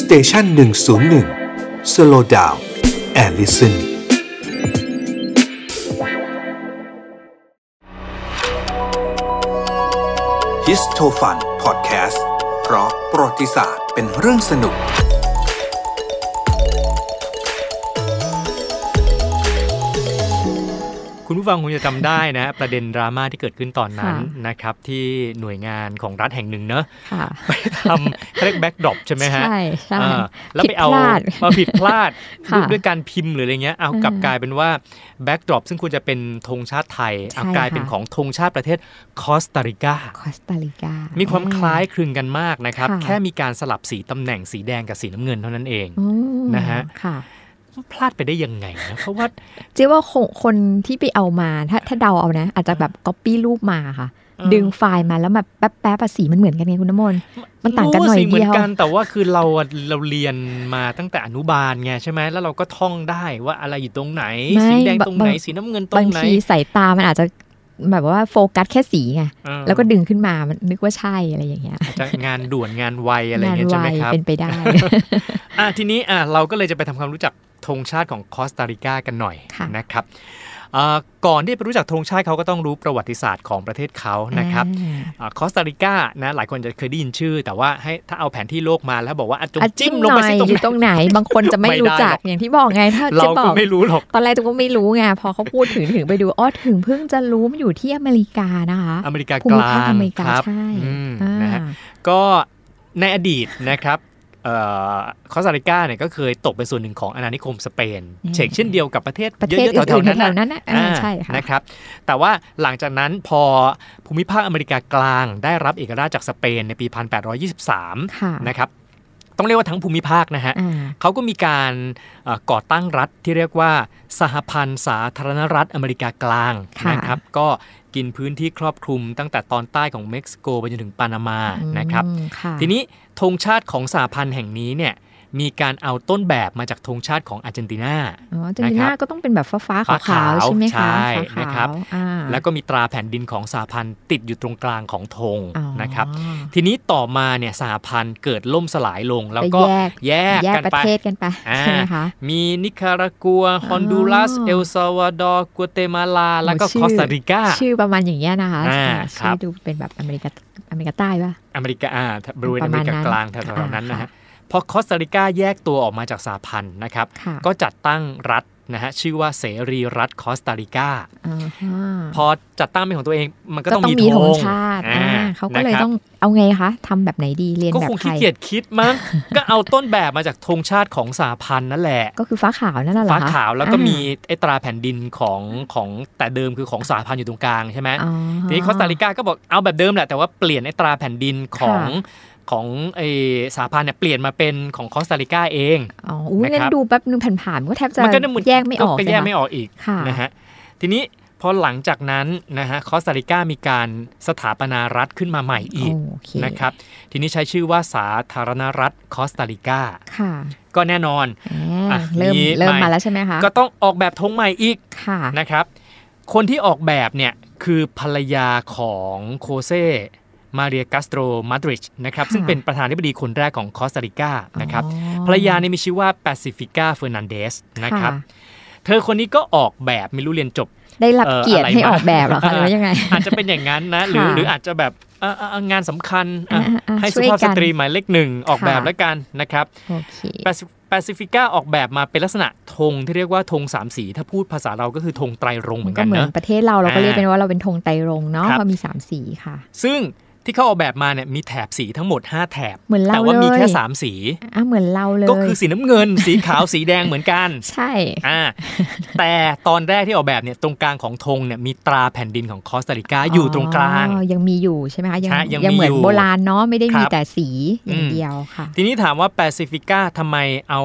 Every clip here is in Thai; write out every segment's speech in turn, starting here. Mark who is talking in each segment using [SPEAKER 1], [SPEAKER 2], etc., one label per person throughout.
[SPEAKER 1] สเตชันหนึ่งศูนย์หนึ่งสโลดาวแอลลิสัน ฮิสโทฟันพอดแคสต์เพราะประวัติศาสตร์เป็นเรื่องสนุก
[SPEAKER 2] คุณผู้ฟังคงจะจำได้นะ ประเด็นดราม่าที่เกิดขึ้นตอนนั้น
[SPEAKER 3] ค่ะ
[SPEAKER 2] นะครับ ที่หน่วยงานของรัฐแห่งหนึ่งเนอะ
[SPEAKER 3] ค่ะ
[SPEAKER 2] ไปทำเขาเรียกแบ็กดรอปใช่ไหมฮะ
[SPEAKER 3] ใช่ใช่
[SPEAKER 2] อ่าแล้วไปเอา
[SPEAKER 3] ผิดพลาด
[SPEAKER 2] เอาผิดพลาด
[SPEAKER 3] ค่ะ
[SPEAKER 2] ด้วยการพิมพ์หรืออะไรเงี้ยเอา
[SPEAKER 3] อืม
[SPEAKER 2] กลับกลายเป็นว่าแบ็กดรอปซึ่งควรจะเป็นธงชาติไทยเอา
[SPEAKER 3] ใช่
[SPEAKER 2] กลายเป็น
[SPEAKER 3] ค่ะ
[SPEAKER 2] ของธงชาติประเทศคอสตาริกา
[SPEAKER 3] คอสตาริกา
[SPEAKER 2] มี
[SPEAKER 3] มี
[SPEAKER 2] ความคล้ายคลึงกันมากนะครับ
[SPEAKER 3] ค่ะ
[SPEAKER 2] แค่มีการสลับสีตำแหน่งสีแดงกับสีน้ำเงินเท่านั้นเอง นะ
[SPEAKER 3] นะ
[SPEAKER 2] ฮะ
[SPEAKER 3] ฮะค่ะ
[SPEAKER 2] พลาดไปได้ยังไงนะเพราะว่า
[SPEAKER 3] เจ๊ว่าคงคนที่ไปเอามาถ้าถ้าเดาเอานะ อาจจะแบบก๊อปปี้รูปมาค่ะ
[SPEAKER 2] เออ
[SPEAKER 3] ดึงไฟล์มาแล้วแบบแป๊บแป๊บๆอะสีมันเหมือนกันไงคุณน้ำมนต์ มันต่างกันหน่อย
[SPEAKER 2] รู้สิ
[SPEAKER 3] เดียว
[SPEAKER 2] มืกันแต่ว่าคือเราอะเราเรียนมาตั้งแต่อนุบาลไงใช่ไหมแล้วเราก็ท่องได้ว่าอะไรอยู่ตรงไหน
[SPEAKER 3] ไม่
[SPEAKER 2] สีแดงตรงไหน
[SPEAKER 3] บาง
[SPEAKER 2] สีน้ำเงินตร
[SPEAKER 3] บาง ง
[SPEAKER 2] ไหน
[SPEAKER 3] ทีสายตามันอาจจะแบบว่าโฟกัสแค่สีไง
[SPEAKER 2] เออ
[SPEAKER 3] แล้วก็ดึงขึ้นมามันนึกว่าใช่อะไรอย่างเงี้ย
[SPEAKER 2] จะงานด่วนงานไวอะไรอย่าง
[SPEAKER 3] งาน
[SPEAKER 2] เงี้ยใช่
[SPEAKER 3] ไว
[SPEAKER 2] ไหมครับ
[SPEAKER 3] เป็นไปได้
[SPEAKER 2] อ่ะทีนี้อ่ะเราก็เลยจะไปทำความรู้จักธงชาติของคอสตาริกากันหน่อย
[SPEAKER 3] ค่ะ
[SPEAKER 2] นะครับอ่าก่อนที่จะไปรู้จักธงชาติเขาก็ต้องรู้ประวัติศาสตร์ของประเทศเขานะครับ
[SPEAKER 3] อ่า
[SPEAKER 2] คอสตาริกานะหลายคนจะเคยได้ยินชื่อ แต่ว่าให้ถ้าเอาแผนที่โลกมาแล้วบอกว่าอ่ะจง
[SPEAKER 3] อ่ะ
[SPEAKER 2] จิ้มลงไปสิ
[SPEAKER 3] ห
[SPEAKER 2] ต
[SPEAKER 3] น่
[SPEAKER 2] รไห
[SPEAKER 3] องยอน ยู่ตรงไหนบางคนจะไม่
[SPEAKER 2] ไม่
[SPEAKER 3] รู้
[SPEAKER 2] ได้
[SPEAKER 3] จั
[SPEAKER 2] ห
[SPEAKER 3] ก
[SPEAKER 2] รอก
[SPEAKER 3] อย่างที่บอกไงถ้า
[SPEAKER 2] เรา
[SPEAKER 3] จะบ
[SPEAKER 2] ก็
[SPEAKER 3] อก
[SPEAKER 2] ไม่รู้หรอก
[SPEAKER 3] ตอนแรกจูก็ไม่รู้ไงพอเขาพูดถึงถึงไปดูอ๋อถึงเพิ่งจะรู้มันอยู่ที่อเมริกานะคะ
[SPEAKER 2] อเมริกา
[SPEAKER 3] ภู
[SPEAKER 2] ก
[SPEAKER 3] มิภา
[SPEAKER 2] ลา
[SPEAKER 3] ค
[SPEAKER 2] ง
[SPEAKER 3] อเมริกา
[SPEAKER 2] ครับ
[SPEAKER 3] ใช่
[SPEAKER 2] อืม
[SPEAKER 3] อ่า
[SPEAKER 2] นะฮะก็ในอดีตนะครับเอ่อคอสตาริกาเนี่ยก็เคยตกเป็นส่วนหนึ่งของอาณานิคมสเปน
[SPEAKER 3] อืม
[SPEAKER 2] เฉกเช่นเดียวกับประเทศ
[SPEAKER 3] ประเทศ
[SPEAKER 2] เยอะๆแถ
[SPEAKER 3] อื่
[SPEAKER 2] วน ๆ
[SPEAKER 3] ๆ
[SPEAKER 2] นั้น
[SPEAKER 3] แถ
[SPEAKER 2] น่ะ
[SPEAKER 3] วๆนั้นนะอ่า
[SPEAKER 2] อ่า
[SPEAKER 3] ใช่ค่ะ
[SPEAKER 2] นะครับแต่ว่าหลังจากนั้นพอภูมิภาคอเมริกากลางได้รับเอกราชจากสเปนในปี 1823
[SPEAKER 3] ค่ะ
[SPEAKER 2] นะครับต้องเรียกว่าทั้งภูมิภาคนะฮะ
[SPEAKER 3] อ่า
[SPEAKER 2] เขาก็มีการเอ่อก่อตั้งรัฐที่เรียกว่า สหพันธ์สาธารณรัฐอเมริกากลาง
[SPEAKER 3] ค่ะ
[SPEAKER 2] นะครับก็กินพื้นที่ครอบคลุมตั้งแต่ตอนใต้ของเม็กซิโกไปจนถึงปานามา
[SPEAKER 3] อืม
[SPEAKER 2] นะครับ
[SPEAKER 3] ค่ะ
[SPEAKER 2] ทีนี้ธงชาติของสหพันธ์แห่งนี้เนี่ยมีการเอาต้นแบบมาจากธงชาติของอาร์เจนตินา
[SPEAKER 3] อ๋อจะมีหน้า
[SPEAKER 2] นะครับ
[SPEAKER 3] ก็ต้องเป็นแบบฟ้าๆ
[SPEAKER 2] ฟ้าขา
[SPEAKER 3] ขาววๆใช่ไหมคะ
[SPEAKER 2] ใช่
[SPEAKER 3] ฟ้า
[SPEAKER 2] นะครับ
[SPEAKER 3] ขาวอ่า
[SPEAKER 2] แล้วก็มีตราแผ่นดินของสหพันธ์ติดอยู่ตรงกลางของธง
[SPEAKER 3] อ๋อ
[SPEAKER 2] นะครับ ทีนี้ต่อมาเนี่ยสหพันธ์เกิดล่มสลายลง แล้ว
[SPEAKER 3] ไป
[SPEAKER 2] ก็
[SPEAKER 3] แยก
[SPEAKER 2] แยก
[SPEAKER 3] แยก
[SPEAKER 2] กัน
[SPEAKER 3] ประ
[SPEAKER 2] ไป
[SPEAKER 3] เทศกันไป
[SPEAKER 2] อ่า
[SPEAKER 3] ใช่ไหมคะ
[SPEAKER 2] มีนิคารากัว ฮอนดูรัส
[SPEAKER 3] อ๋อ
[SPEAKER 2] เอลซาวาดอร์กัวเตมาลา แล้วก็
[SPEAKER 3] โชื่
[SPEAKER 2] คอสตาริกา
[SPEAKER 3] ชื่อประมาณอย่างเงี้ยนะคะ
[SPEAKER 2] อ่า
[SPEAKER 3] อ่า
[SPEAKER 2] ครั
[SPEAKER 3] ชื่
[SPEAKER 2] บ
[SPEAKER 3] อดูเป็นแบบอเมริกาอเมริกาใต้ป่ะ
[SPEAKER 2] อเมริกาอ่าบริเวณ
[SPEAKER 3] ป
[SPEAKER 2] อ
[SPEAKER 3] ระ
[SPEAKER 2] เม
[SPEAKER 3] มาณ
[SPEAKER 2] ริกา
[SPEAKER 3] นั้น
[SPEAKER 2] กลางแถวๆนั้นนะฮะ
[SPEAKER 3] อ่า
[SPEAKER 2] พอคอสตาริกาแยกตัวออกมาจากสหพันธ์นะครับ
[SPEAKER 3] ค่ะ
[SPEAKER 2] ก็จัดตั้งรัฐนะฮะชื่อว่าเสรีรัฐคอสตาริกา
[SPEAKER 3] อ่าฮะ
[SPEAKER 2] พอจัดตั้งเป็นของตัวเองมันก็ต้องมี
[SPEAKER 3] ธ
[SPEAKER 2] ธ
[SPEAKER 3] ง
[SPEAKER 2] ง
[SPEAKER 3] ชาติ
[SPEAKER 2] อ่
[SPEAKER 3] อ่าเขาก็เล
[SPEAKER 2] นะค
[SPEAKER 3] ย
[SPEAKER 2] รับ
[SPEAKER 3] ต้องเอาไงคะทำแบบไหนดีเรียน
[SPEAKER 2] ก็
[SPEAKER 3] แบบ
[SPEAKER 2] คง
[SPEAKER 3] ใค
[SPEAKER 2] ขี้
[SPEAKER 3] ร
[SPEAKER 2] เกียจคิดมั้ง ก็เอาต้นแบบมาจากธงชาติของสหพันธ์นั่นแหละ
[SPEAKER 3] ก็คือฟ้าขาวนั่นน่ะเหรอ
[SPEAKER 2] ฟ้า
[SPEAKER 3] คะ
[SPEAKER 2] ขาวแล้วก็
[SPEAKER 3] อ่า
[SPEAKER 2] มีไอตราแผ่นดินของของแต่เดิมคือของสหพันธ์อยู่ตรงกลางใช่ไหม
[SPEAKER 3] อ๋อ
[SPEAKER 2] ทีนี้คอสตาริกาก็บอกเอาแบบเดิมแหละ แต่ว่าเปลี่ยนไอ้ตราแผ่นดินของ
[SPEAKER 3] ค่ะ
[SPEAKER 2] ของไอสหพันธ์เนี่ยเปลี่ยนมาเป็นของคอสตาริกาเอง
[SPEAKER 3] อ๋ออู้
[SPEAKER 2] นะครับ
[SPEAKER 3] งั้นดูแป๊บนึงผ่านๆก็แทบจะ
[SPEAKER 2] ก็เห
[SPEAKER 3] แยกไม่ออก
[SPEAKER 2] ก็
[SPEAKER 3] ใช่
[SPEAKER 2] แยก
[SPEAKER 3] ไหม
[SPEAKER 2] ไม่ออกอีก
[SPEAKER 3] ค่ะ
[SPEAKER 2] นะฮะทีนี้พอหลังจากนั้นนะฮะคอสตาริกามีการสถาปนารัฐขึ้นมาใหม่อีก
[SPEAKER 3] โอเค
[SPEAKER 2] นะครับทีนี้ใช้ชื่อว่าสาธารณรัฐคอสตาริกา
[SPEAKER 3] ค่ะ
[SPEAKER 2] ก็แน่นอน
[SPEAKER 3] อ่
[SPEAKER 2] อ่ะ
[SPEAKER 3] าเริ่ม
[SPEAKER 2] นี่
[SPEAKER 3] เริ่ม
[SPEAKER 2] ใหม่
[SPEAKER 3] มาแล้วใช่ไหมคะ
[SPEAKER 2] ก็ต้องออกแบบธงใหม่อีก
[SPEAKER 3] ค่ะ
[SPEAKER 2] นะครับคนที่ออกแบบเนี่ยคือภรรยาของโคเซมาเรียกัสโตรมาดริชนะครับซึ่งเป็นประธานาธิบดีคนแรกของคอสตาริกานะครับ
[SPEAKER 3] อ๋อ
[SPEAKER 2] ภรรยาเนี่ยมีชื่อว่าแปซิฟิก้าเฟอร์นันเดสนะครับ
[SPEAKER 3] ค่ะ
[SPEAKER 2] เธอคนนี้ก็ออกแบบไม่รู้เรียนจบ
[SPEAKER 3] ได้รับ
[SPEAKER 2] เอ่อ
[SPEAKER 3] เกียรติ
[SPEAKER 2] อะไร
[SPEAKER 3] ให้
[SPEAKER 2] มา
[SPEAKER 3] ออกแบบเหรอคะหรือว่ายังไง
[SPEAKER 2] อาจจะเป็นอย่างนั้นนะ หรือ
[SPEAKER 3] ค่ะ
[SPEAKER 2] หรืออาจจะแบบเอ่อเอ่องานสำคัญอ่ะ
[SPEAKER 3] อ่ะอ่ะ
[SPEAKER 2] ให้
[SPEAKER 3] ช่
[SPEAKER 2] สุ
[SPEAKER 3] วย
[SPEAKER 2] ภาพส
[SPEAKER 3] กัน
[SPEAKER 2] ตรีหมายเลขหนึ่งออก
[SPEAKER 3] ค่ะ
[SPEAKER 2] แบบแล้วกันนะครับ
[SPEAKER 3] โอเค
[SPEAKER 2] แปซิฟิก้าออกแบบมาเป็นลักษณะธงที่เรียกว่าธงสามสี ถ้าพูดภาษาเราก็คือธงไตรรงค์เหมือนกัน
[SPEAKER 3] เหมือน
[SPEAKER 2] เนะ
[SPEAKER 3] ประเทศเราเราก็
[SPEAKER 2] อ่า
[SPEAKER 3] เรียกเป็นว่าเราเป็นธงไตรรงค์เนาะ
[SPEAKER 2] ครับ
[SPEAKER 3] เรามีสามสีค่ะ
[SPEAKER 2] ซึ่งที่เขาออกแบบมาเนี่ยมีแถบสีทั้งหมด 5 แถบ
[SPEAKER 3] เหมือน
[SPEAKER 2] แต่
[SPEAKER 3] เรา
[SPEAKER 2] ว่า
[SPEAKER 3] เลย
[SPEAKER 2] มีแค่ 3 สี
[SPEAKER 3] อ่ะเหมือนเราเลย
[SPEAKER 2] ก็คือสีน้ำเงิน สีขาวสีแดงเหมือนกัน
[SPEAKER 3] ใช่
[SPEAKER 2] อ่าแต่ตอนแรกที่ออกแบบเนี่ยตรงกลางของธงเนี่ยมีตราแผ่นดินของคอสตาริกาอยู่ตรงกลาง
[SPEAKER 3] อ๋อยังมีอยู่ใช่ไหมคะยัง
[SPEAKER 2] ฮะยัง
[SPEAKER 3] ยัง
[SPEAKER 2] มี
[SPEAKER 3] เหมือน
[SPEAKER 2] อยู่
[SPEAKER 3] โบราณเนาะไม่ได้
[SPEAKER 2] ครั
[SPEAKER 3] มี
[SPEAKER 2] บ
[SPEAKER 3] แต่สีอ
[SPEAKER 2] อื
[SPEAKER 3] ย่าง
[SPEAKER 2] ม
[SPEAKER 3] เดียวค่ะ
[SPEAKER 2] ทีนี้ถามว่าแปซิฟิก้าทำไมเอา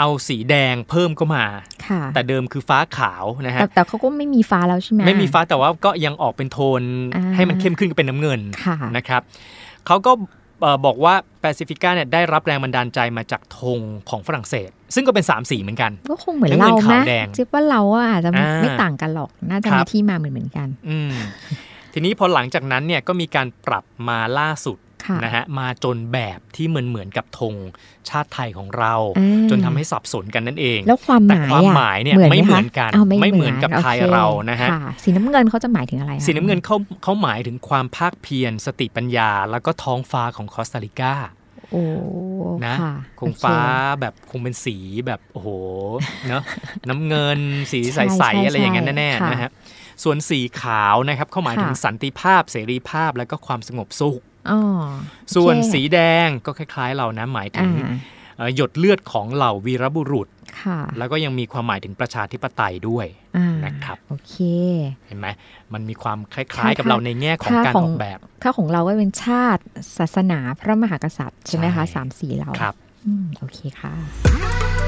[SPEAKER 2] เอาสีแดงเพิ่มเข้ามา
[SPEAKER 3] ค่ะ
[SPEAKER 2] แต่เดิมคือฟ้าขาวนะฮะ
[SPEAKER 3] แต่แต่เขาก็ไม่มีฟ้าแล้วใช่ไหม
[SPEAKER 2] ไม่มีฟ้าแต่ว่าก็ยังออกเป็นโทน
[SPEAKER 3] อ่า
[SPEAKER 2] ให้มันเข้มขึ้นก็เป็นน้ำเงิน
[SPEAKER 3] ค่ะ
[SPEAKER 2] นะครับเขาก็เอ่อบอกว่าแปซิฟิกาเนี่ยได้รับแรงบันดาลใจมาจากธงของฝรั่งเศส ซึ่งก็เป็น 3 สีเหมือนกัน
[SPEAKER 3] ก็คงเหมือน
[SPEAKER 2] แล้วเงิ
[SPEAKER 3] เรา
[SPEAKER 2] นขาว
[SPEAKER 3] นะ
[SPEAKER 2] แดง
[SPEAKER 3] จิ๊บว่าเราอะอาจจะ
[SPEAKER 2] อ่า
[SPEAKER 3] ไม่ต่างกันหรอกน่าจะ
[SPEAKER 2] ครั
[SPEAKER 3] มี
[SPEAKER 2] บ
[SPEAKER 3] ที่มาเหมือนเหมือนกัน
[SPEAKER 2] อืม ทีนี้พอหลังจากนั้นเนี่ยก็มีการปรับมาล่าสุด
[SPEAKER 3] ค่ะ
[SPEAKER 2] นะฮะมาจนแบบที่เหมือนเหมือนๆกับธงชาติไทยของเรา
[SPEAKER 3] อ่า
[SPEAKER 2] จนทำให้สับสนกันนั่นเอง
[SPEAKER 3] แล้วความห
[SPEAKER 2] แต่
[SPEAKER 3] มาย
[SPEAKER 2] ความ
[SPEAKER 3] อะ
[SPEAKER 2] หมายเนี่ยไม่เหมือนกัน
[SPEAKER 3] าว
[SPEAKER 2] ไม่เหมือนกับไทย
[SPEAKER 3] โอค
[SPEAKER 2] เรานะฮะ
[SPEAKER 3] ค่สีน้ำเงินเขาจะหมายถึงอะไรอะ
[SPEAKER 2] สีน้ำเงินเขาเขาหมายถึงความภาคเพียรสติปัญญา แล้วก็ท้องฟ้าของคอสตาริกา
[SPEAKER 3] โอ้
[SPEAKER 2] นะ
[SPEAKER 3] ค่ะ
[SPEAKER 2] คงฟ้า
[SPEAKER 3] โอเค
[SPEAKER 2] แบบคงเป็นสีแบบโอ้โหเนาะ น้ำเงินสีใ
[SPEAKER 3] ใช่
[SPEAKER 2] ส
[SPEAKER 3] ใช่
[SPEAKER 2] ๆอะไรอย่างนั้นแน่
[SPEAKER 3] ใช่
[SPEAKER 2] ๆนะฮะส่วนสีขาวนะครับเขาหมายถึง
[SPEAKER 3] ค่ะ
[SPEAKER 2] สันติภาพเสรีภาพและก็ความสงบสุข
[SPEAKER 3] อ๋อ
[SPEAKER 2] ส่วนสีแดงก็คล้าย ๆ เรานะหมายถึ
[SPEAKER 3] อ่าง
[SPEAKER 2] เอ่อหยดเลือดของเหล่าวีรบุรุษ
[SPEAKER 3] ค่ะ
[SPEAKER 2] แล้วก็ยังมีความหมายถึงประชาธิปไตยด้วย
[SPEAKER 3] อ่า
[SPEAKER 2] นะครับ
[SPEAKER 3] โอเค
[SPEAKER 2] เห็นไหมมันมีความคล้าย ๆ กับ
[SPEAKER 3] คล้ายๆ
[SPEAKER 2] เราในแง่ของ
[SPEAKER 3] คล้ายๆ
[SPEAKER 2] การ
[SPEAKER 3] ข
[SPEAKER 2] อ
[SPEAKER 3] อง
[SPEAKER 2] อกแบบ
[SPEAKER 3] ถ้าของเราก็เป็นชาติศาสนาพระมหากษัตริย์ใช่ไหมคะ
[SPEAKER 2] ใช่
[SPEAKER 3] สามสีเรา
[SPEAKER 2] ครับ
[SPEAKER 3] อืมโอเคค่ะ
[SPEAKER 1] พ